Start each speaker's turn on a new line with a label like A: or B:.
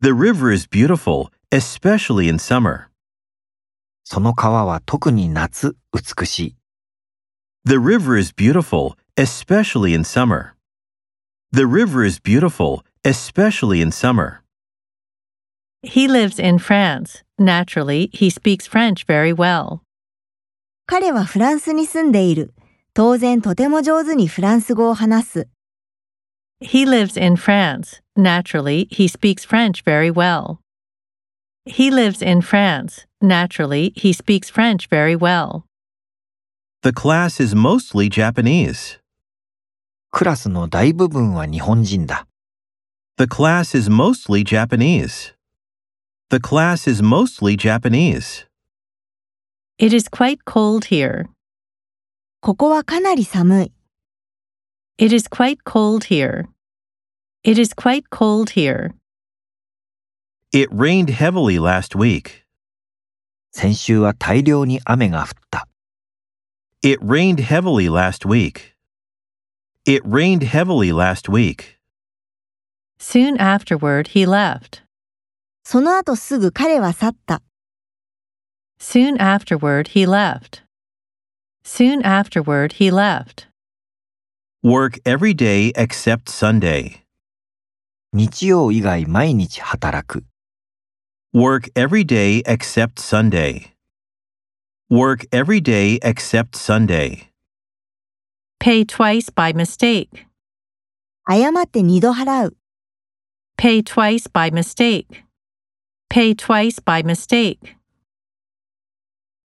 A: The river is beautiful, especially in summer.
B: その川は特に夏美しい。
A: The river is beautiful, especially in summer. The river is beautiful, especially in summer.
C: He lives in France. Naturally, he speaks French very well.
D: 彼はフランスに住んでいる。当然とても上手にフランス語を話す。
C: He lives in France. Naturally, he speaks French very well. He lives in France. Naturally, he speaks French very well.
A: The class is mostly Japanese.
B: クラスの大部分は日本人だ。
A: The class is mostly Japanese. The class is mostly Japanese.
C: It is quite cold here.
D: ここはかなり寒い。
C: It is quite cold here. It is quite cold here.
A: It rained heavily last week.
B: 先週は大量に雨が降った。
A: It rained heavily last week. It rained heavily last week.
C: Soon afterward, he left.
D: その後すぐ彼は去った。
C: Soon afterward, he left. Soon afterward, he left.
A: Work every day except Sunday.
B: 日曜以外毎日働く。
A: Work every day except Sunday. Work every day except Sunday.
C: Pay twice by mistake.
D: 誤って二度払う。
C: Pay twice by mistake. Pay twice by mistake.